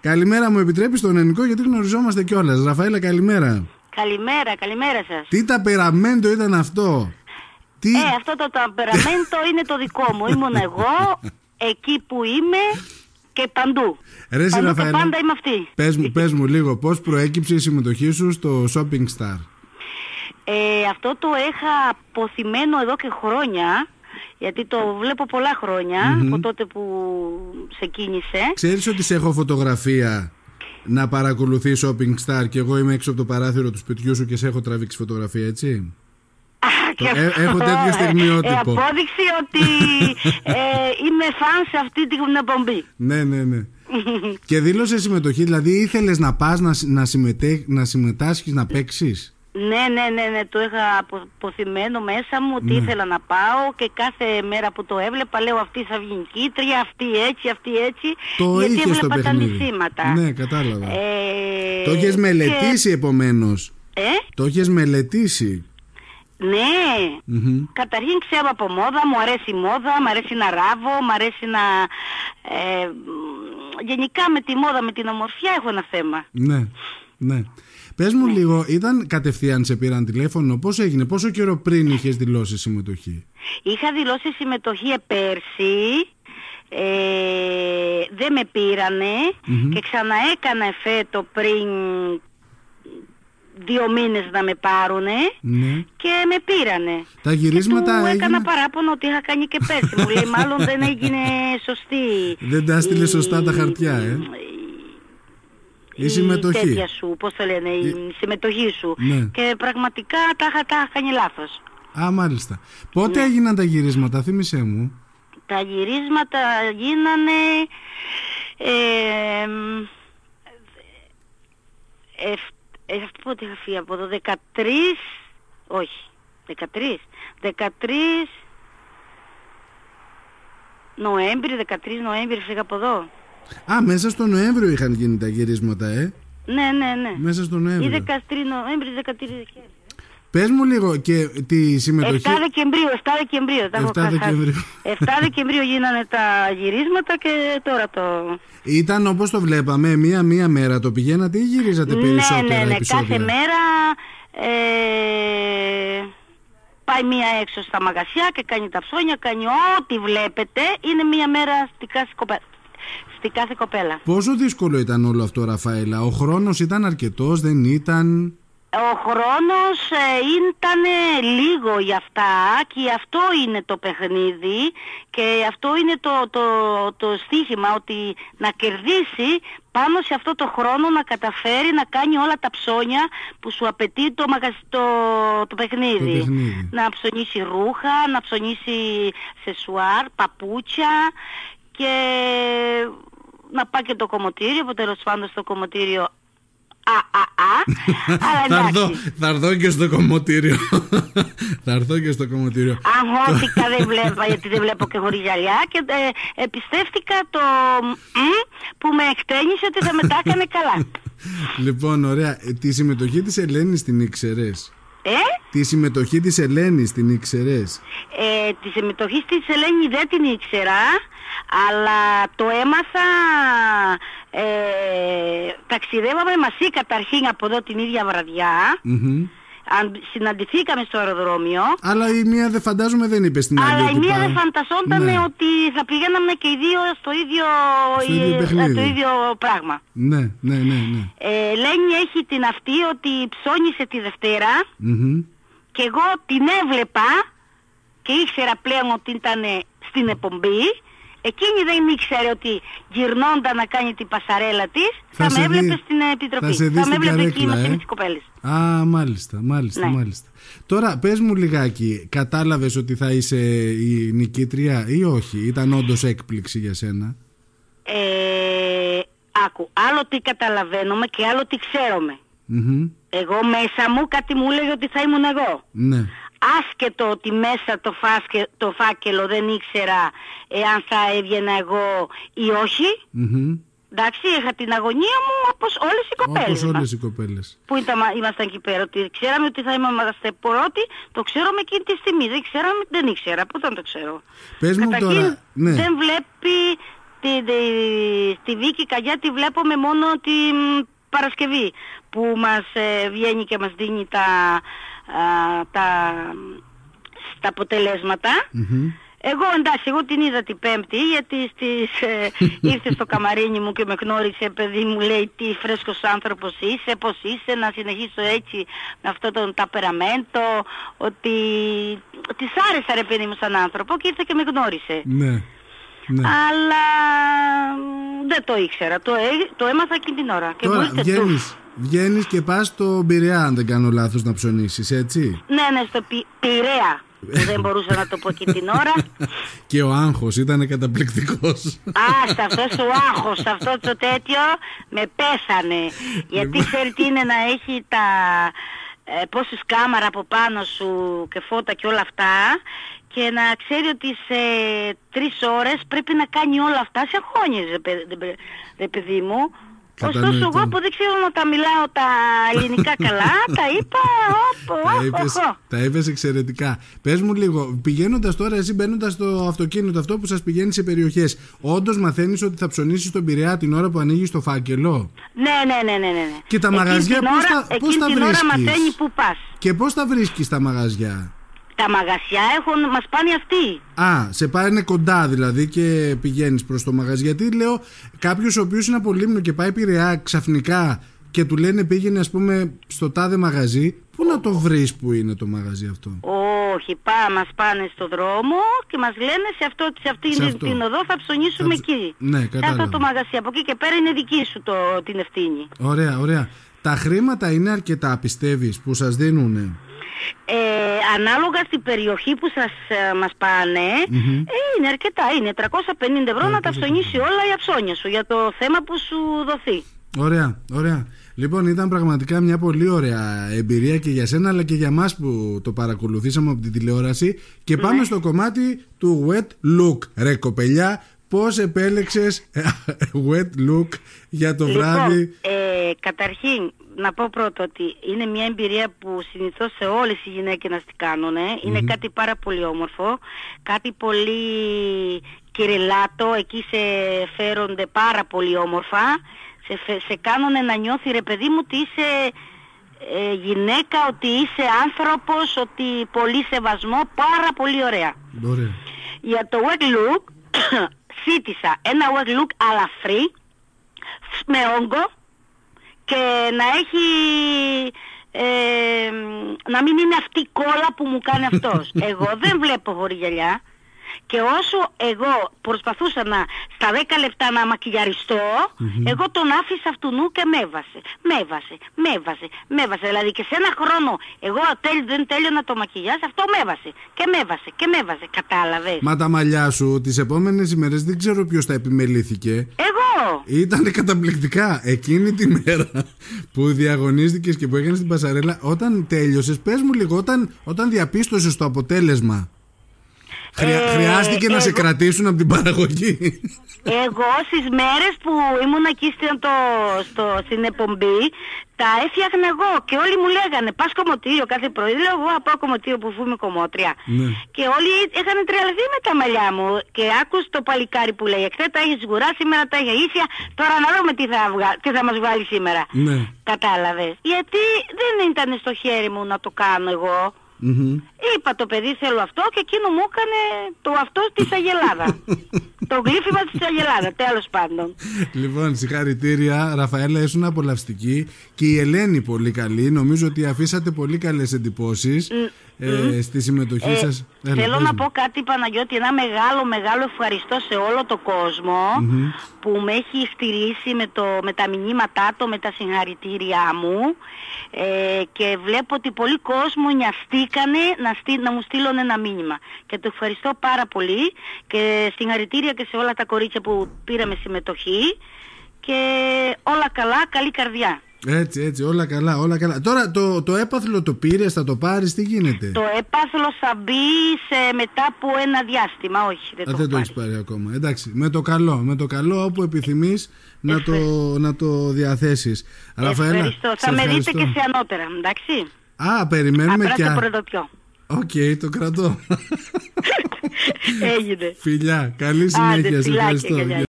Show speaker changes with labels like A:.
A: Καλημέρα, μου επιτρέπεις τον ελληνικό γιατί γνωριζόμαστε κιόλας. Ραφαέλα, καλημέρα.
B: Καλημέρα, καλημέρα σας.
A: Τι ταπεραμέντο ήταν αυτό. Τι...
B: Ε, αυτό το ταμπεραμέντο είναι το δικό μου. Ήμουν εγώ, εκεί που είμαι και παντού.
A: Ρε, εσύ,
B: παντού και
A: Ραφαέλα.
B: πάντα είμαι αυτή.
A: Πες μου, πες μου λίγο, πώς προέκυψε η συμμετοχή σου στο Shopping Star.
B: Ε, αυτό το είχα αποθυμένο εδώ και χρόνια, γιατί το βλέπω πολλά χρόνια, από τότε που σε κίνησε.
A: Ξέρεις ότι σε έχω φωτογραφία να παρακολουθείς Shopping Star και εγώ είμαι έξω από το παράθυρο του σπιτιού σου και σε έχω τραβήξει φωτογραφία, έτσι.
B: Και
A: ε,
B: αυτό,
A: έχω τέτοιο
B: ε,
A: στιγμιότυπο.
B: ε, απόδειξη ότι ε, είμαι φαν σε αυτή την εκπομπή.
A: Ναι, ναι, ναι. και δήλωσε συμμετοχή, δηλαδή ήθελες να πας να, συ- να, συμμετέ, να συμμετάσχεις, να παίξεις.
B: Ναι, ναι, ναι, ναι, το είχα απο- αποθυμένο μέσα μου,
A: Ναι.
B: ότι ήθελα να πάω και κάθε μέρα που το έβλεπα λέω αυτή θα βγει νικήτρια, αυτή έτσι, αυτή έτσι,
A: Το
B: γιατί
A: είχες το
B: έβλεπα τα
A: παιχνίδι.
B: νησίματα.
A: Ναι, κατάλαβα.
B: Ε,
A: το έχεις μελετήσει επομένως.
B: και- ε,
A: Το έχεις μελετήσει.
B: ναι,
A: Μμμ.
B: καταρχήν ξέρω από μόδα, μου αρέσει η μόδα, μου αρέσει να ράβω, μου αρέσει να... Ε, μ, γενικά με τη μόδα, με την ομορφιά έχω ένα θέμα.
A: Ναι, ναι. Πες μου λίγο, ήταν κατευθείαν σε πήραν τηλέφωνο, πώς έγινε, πόσο καιρό πριν είχες δηλώσει συμμετοχή.
B: Είχα δηλώσει συμμετοχή πέρσι, ε, δεν με πηρανε και ξαναέκανα εφέτο πριν δύο μήνες να με πάρουνε
A: Ναι.
B: και με πήρανε.
A: Τα γυρίσματα
B: και Ε, του έκανα
A: έγιναν-
B: παράπονο ότι είχα κάνει και πέρσι. Μου λέει μάλλον δεν έγινε σωστή.
A: Δεν τα έστειλε
B: η-
A: σωστά τα χαρτιά, ε. Η συμμετοχή.
B: τέτοια σου, πώς το λένε, η, συμμετοχή σου.
A: Ναι.
B: Και πραγματικά τα είχα, τα είχα κάνει λάθος.
A: Α, μάλιστα.
B: Ναι.
A: Πότε έγιναν τα γυρίσματα, θύμισέ μου.
B: Τα γυρίσματα γίνανε ε, μ, ε, ε, αυτό πότε είχα φύγει από εδώ, 13, όχι, 13, 13 Νοέμβρη, 13 Νοέμβρη φύγα από εδώ.
A: Α, μέσα στο Νοέμβριο είχαν γίνει τα γυρίσματα, ε.
B: Ναι, ναι, ναι.
A: Μέσα στο
B: Ή
A: Νοέμβριο.
B: 13 Νοέμβρη, 13 Δεκέμβρη.
A: Πες μου λίγο και τη
B: 7
A: συμμετοχή.
B: Δεκεμβρίου, 7 Δεκεμβρίου, τα έχω
A: 7 Δεκεμβρίου.
B: χάσει. 7 Δεκεμβρίου γίνανε τα γυρίσματα και τώρα το...
A: Ήταν όπως το βλέπαμε, μία-μία μέρα το πηγαίνατε ή γυρίζατε
B: Ναι,
A: περισσότερα
B: ναι, ναι.
A: επεισόδια.
B: Κάθε μέρα ε, πάει μία έξω στα μαγαζιά και κάνει τα ψώνια, κάνει ό,τι βλέπετε. Είναι μία μέρα στη κάθε, κοπε... στη κάθε κοπέλα.
A: Πόσο δύσκολο ήταν όλο αυτό, Ραφαέλα. Ο χρόνος ήταν αρκετός, δεν ήταν.
B: Ο χρόνος ε, ήταν λίγο για αυτά και αυτό είναι το παιχνίδι και αυτό είναι το, το, το στίχημα ότι να κερδίσει πάνω σε αυτό το χρόνο να καταφέρει να κάνει όλα τα ψώνια που σου απαιτεί το, μαγαζι- το, το παιχνίδι.
A: Το παιχνίδι.
B: Να ψωνίσει ρούχα, να ψωνίσει σεσουάρ, παπούτσια και να πάει και το κομμωτήριο, που τέλος πάντων στο κομμωτήριο Α, α, α. Αλλά
A: θα, έρθω,
B: εντάξει.
A: θα έρθω και στο κομμωτήριο. θα έρθω και στο κομμωτήριο.
B: Αγχώθηκα, δεν βλέπα, γιατί δεν βλέπω και χωρίς γυαλιά και ε, εμπιστεύτηκα το μ, που με εκτένισε ότι θα μετά έκανε καλά.
A: λοιπόν, ωραία. Ε, Τη συμμετοχή της Ελένης την ήξερες.
B: Ε,
A: Τη συμμετοχή της Ελένης την ήξερες.
B: ε, τη συμμετοχή στη Ελένη δεν την ήξερα, αλλά το έμαθα, ε, ταξιδεύαμε μαζί καταρχήν από εδώ την ίδια βραδιά, αν, συναντηθήκαμε στο αεροδρόμιο,
A: Αλλά η μία δεν φαντάζομαι δεν είπε στην άλλη.
B: Αλλά η
A: ότι
B: μία
A: πάει.
B: δεν φανταζόταν
A: Ναι.
B: ότι θα πηγαίναμε και οι δύο στο ίδιο,
A: Στο ίδιο
B: ε,
A: παιχνίδι.
B: το ίδιο πράγμα.
A: Ναι, ναι, ναι. ναι.
B: Ε, Λένι έχει την αυτή ότι ψώνισε τη Δευτέρα
A: Μμμ.
B: και εγώ την έβλεπα και ήξερα πλέον ότι ήταν στην εκπομπή. Εκείνη δεν ήξερε ότι γυρνώντα να κάνει την πασαρέλα της
A: Θα
B: θα,
A: σε
B: με έβλεπε
A: δει-
B: στην επιτροπή.
A: θα σε δει στην
B: με έβλεπε εκεί
A: καρέκλα,
B: μαζί
A: ε.
B: με τις κοπέλες.
A: Α, μάλιστα, μάλιστα,
B: Ναι.
A: μάλιστα. Τώρα, πες μου λιγάκι, κατάλαβες ότι θα είσαι η νικήτρια ή όχι. Ήταν όντως έκπληξη για σένα.
B: Ε, άκου, άλλο τι καταλαβαίνουμε και άλλο τι ξέρουμε.
A: Μμμ.
B: Εγώ μέσα μου κάτι μου έλεγε ότι θα ήμουν εγώ.
A: Ναι.
B: Άσκετο ότι μέσα το, φάσκε, το φάκελο δεν ήξερα εάν θα έβγαινα εγώ ή όχι.
A: Μμμ.
B: Εντάξει, είχα την αγωνία μου όπως όλες οι κοπέλες
A: Όπως όλες
B: μας.
A: οι κοπέλες.
B: Που ήταν- ήμασταν εκεί πέρα, ότι ξέραμε ότι θα είμαστε πρώτοι, το ξέραμε εκείνη τη στιγμή. Δεν ξέραμε, δεν ήξερα. Πού θα το ξέρω.
A: Πες μου
B: Καταρχήν
A: τώρα, ναι.
B: δεν βλέπει τη, τη, τη Βίκη Καγιά τη βλέπουμε μόνο την Παρασκευή που μας ε, βγαίνει και μας δίνει τα, α, τα, τα αποτελεσματα
A: Μμμ.
B: Εγώ εντάξει, εγώ την είδα την Πέμπτη γιατί στις, ε, ήρθε στο καμαρίνι μου και με γνώρισε παιδί μου λέει τι φρέσκος άνθρωπος είσαι, πώς είσαι, να συνεχίσω έτσι με αυτό τον ταπεραμέντο ότι της άρεσα ρε παιδί μου σαν άνθρωπο και ήρθε και με γνώρισε.
A: Ναι. ναι.
B: Αλλά μ, δεν το ήξερα, το, έ- το έμαθα εκείνη την ώρα και μου
A: Τώρα
B: ήρθε του.
A: βγαίνει βγαίνεις και πας στο Πειραιά, αν δεν κάνω λάθος, να ψωνίσεις, έτσι.
B: Ναι, ναι, στο πι, Πειραιά
A: Ε.
B: που δεν μπορούσα να το πω εκείνη την ώρα.
A: και ο άγχος ήταν καταπληκτικός.
B: Άστα, αυτός ο άγχος, αυτός το τέτοιο με
A: Ε,
B: πέθανε. Γιατί ξέρει τι είναι να έχει τα. Ε, πόσης κάμαρα από πάνω σου και φώτα και όλα αυτά και να ξέρει ότι σε τρεις ώρες πρέπει να κάνει όλα αυτά σε χώνιζε ρε, παι- ρε, ρε παιδί μου Ωστόσο
A: Κατανοητό.
B: εγώ που δεν ξέρω να τα μιλάω τα ελληνικά καλά τα είπα οπ,
A: τα
B: οπ,
A: είπες-
B: οπ, οπ.
A: τα είπες εξαιρετικά. Πες μου λίγο, πηγαίνοντας τώρα, εσύ μπαίνοντας στο αυτοκίνητο αυτό που σας πηγαίνει σε περιοχές, όντως μαθαίνεις ότι θα ψωνίσεις τον Πειραιά την ώρα που ανοίγεις το φάκελο.
B: Ναι, ναι, ναι, ναι, ναι. ναι.
A: Και τα
B: Εκείνη
A: μαγαζιά
B: την
A: πώς
B: ώρα-
A: τα- πώς
B: εκείνη
A: τα
B: την ώρα
A: βρίσκεις?
B: μαθαίνει που πας.
A: Και πώς τα βρίσκεις τα μαγαζιά.
B: Τα μαγαζιά έχουν, μας πάνε αυτοί.
A: Α, σε πάρανε κοντά δηλαδή και πηγαίνεις προς το μαγαζί. Γιατί λέω κάποιος ο οποίος είναι από Λίμνο και πάει Πειραιά ξαφνικά και του λένε πήγαινε ας πούμε στο τάδε μαγαζί, πού να το βρεις που είναι το μαγαζί αυτό.
B: Όχι, πά, μας πάνε στο δρόμο και μας λένε σε, αυτό, σε αυτή
A: Σε
B: την-
A: αυτό.
B: την οδό θα ψωνίσουμε
A: Θα ψ-
B: εκεί.
A: Ναι,
B: σε
A: κατάλαβα.
B: αυτό το μαγαζί. Από εκεί και πέρα είναι δική σου το, την ευθύνη.
A: Ωραία, ωραία. Τα χρήματα είναι αρκετά πιστεύεις που σας δίνουνε.
B: Ε, ανάλογα στην περιοχή που σας, ε, μας πανε ε, είναι αρκετά. Είναι 350
A: Ε,
B: ευρώ να τα ψωνίσει όλα η αψώνια σου για το θέμα που σου δοθεί.
A: Ωραία, ωραία. Λοιπόν, ήταν πραγματικά μια πολύ ωραία εμπειρία και για σένα αλλά και για μας που το παρακολουθήσαμε από την τηλεόραση. Και πάμε στο κομμάτι του wet look. Ρε κοπελιά, πώς επέλεξες wet look για το βράδυ.
B: Λοιπόν, ε, καταρχήν να πω πρώτο ότι είναι μια εμπειρία που συνηθώ σε όλες οι γυναίκες να τη κάνουν. ε. ειναι κάτι πάρα πολύ όμορφο, κάτι πολύ κυριλάτο, εκεί σε φέρονται πάρα πολύ όμορφα, σε, φε- σε κάνουν να νιώθει ρε παιδί μου ότι είσαι ε, γυναίκα, ότι είσαι άνθρωπος, ότι πολύ σεβασμό, πάρα πολύ ωραία.
A: Ωραία.
B: Για το wet look ζήτησα ένα wet look αλαφρύ με όγκο και να έχει ε, να μην είναι αυτή η κόλλα που μου κάνει αυτός. εγώ δεν βλέπω γοριγελιά και όσο εγώ προσπαθούσα να στα 10 λεπτά να μακιγιαριστω εγώ τον άφησα αυτού νου και με έβασε, με έβασε, με έβασε, με έβασε. Δηλαδή και σε ένα χρόνο εγώ τέλει, δεν τέλειωνα το μακιγιάζ, αυτό με έβασε και με έβασε και με έβασε. Κατάλαβες.
A: Μα τα μαλλιά σου τις επόμενες ημέρες δεν ξέρω ποιος τα επιμελήθηκε.
B: Εγώ!
A: Ήταν καταπληκτικά εκείνη τη μέρα που διαγωνίστηκες και που έκανες την πασαρέλα. Όταν τέλειωσες, πες μου λίγο, όταν, όταν διαπίστωσες το αποτέλεσμα. Χρεια-
B: Ε,
A: χρειάστηκε να σε
B: εγώ-
A: κρατήσουν από την παραγωγή.
B: Εγώ στις μέρες που ήμουν εκεί στην, το, στο, στην εκπομπή τα έφτιαχνα εγώ και όλοι μου λέγανε πας κομμωτήριο κάθε πρωί. Λέω εγώ θα πάω κομμωτήριο που φούμε κομμότρια.
A: Ναι.
B: Και όλοι είχαν τρελαθεί με τα μαλλιά μου και άκουσε το παλικάρι που λέει εχθέ τα έχεις γουρά, σήμερα τα έχει ίσια, τώρα να δούμε τι θα, βγα... τι θα μας βγάλει σήμερα.
A: ναι.
B: Κατάλαβες. Γιατί δεν ήταν στο χέρι μου να το κάνω εγώ.
A: Μμμ.
B: Είπα το παιδί θέλω αυτό και εκείνο μου έκανε το αυτό της Αγελάδα. το γλύφημα της Αγελάδα, τέλος πάντων.
A: Λοιπόν, συγχαρητήρια. Ραφαέλα, ήσουν απολαυστική. Και η Ελένη πολύ καλή. Νομίζω ότι αφήσατε πολύ καλές εντυπώσεις ε, στη συμμετοχή
B: Ε,
A: σας. Έλα,
B: θέλω
A: πες
B: να
A: μου.
B: πω κάτι Παναγιώτη, ένα μεγάλο μεγάλο ευχαριστώ σε όλο το κοσμο που με έχει στηρίσει με, το, με τα μηνύματά του, με τα συγχαρητήριά μου ε, και βλέπω ότι πολλοί κόσμο νοιαστήκανε να, στεί, να μου στείλουν ένα μήνυμα και το ευχαριστώ πάρα πολύ και συγχαρητήρια και σε όλα τα κορίτσια που πήραμε συμμετοχή και όλα καλά, καλή καρδιά.
A: Έτσι, έτσι, όλα καλά, όλα καλά. Τώρα το, το έπαθλο το πήρες, θα το πάρεις, τι γίνεται.
B: Το έπαθλο θα μπει σε μετά από ένα διάστημα, όχι δεν
A: Α,
B: το
A: δεν
B: έχω
A: το
B: πάρει.
A: έχεις πάρει ακόμα. Εντάξει, με το καλό, με το καλό όπου επιθυμείς να το, να το διαθέσεις. Ραφαέλα.
B: ευχαριστώ.
A: σε
B: Θα με δείτε
A: ευχαριστώ.
B: και σε ανώτερα, εντάξει.
A: Α, περιμένουμε
B: Απλά
A: κι
B: το
A: άλλα.
B: προειδοποιώ.
A: Οκ, το κρατώ.
B: Έγινε.
A: Φιλιά, καλή συνέχεια. σε
B: φιλάκια,
A: ευχαριστώ.
B: γεια, γεια.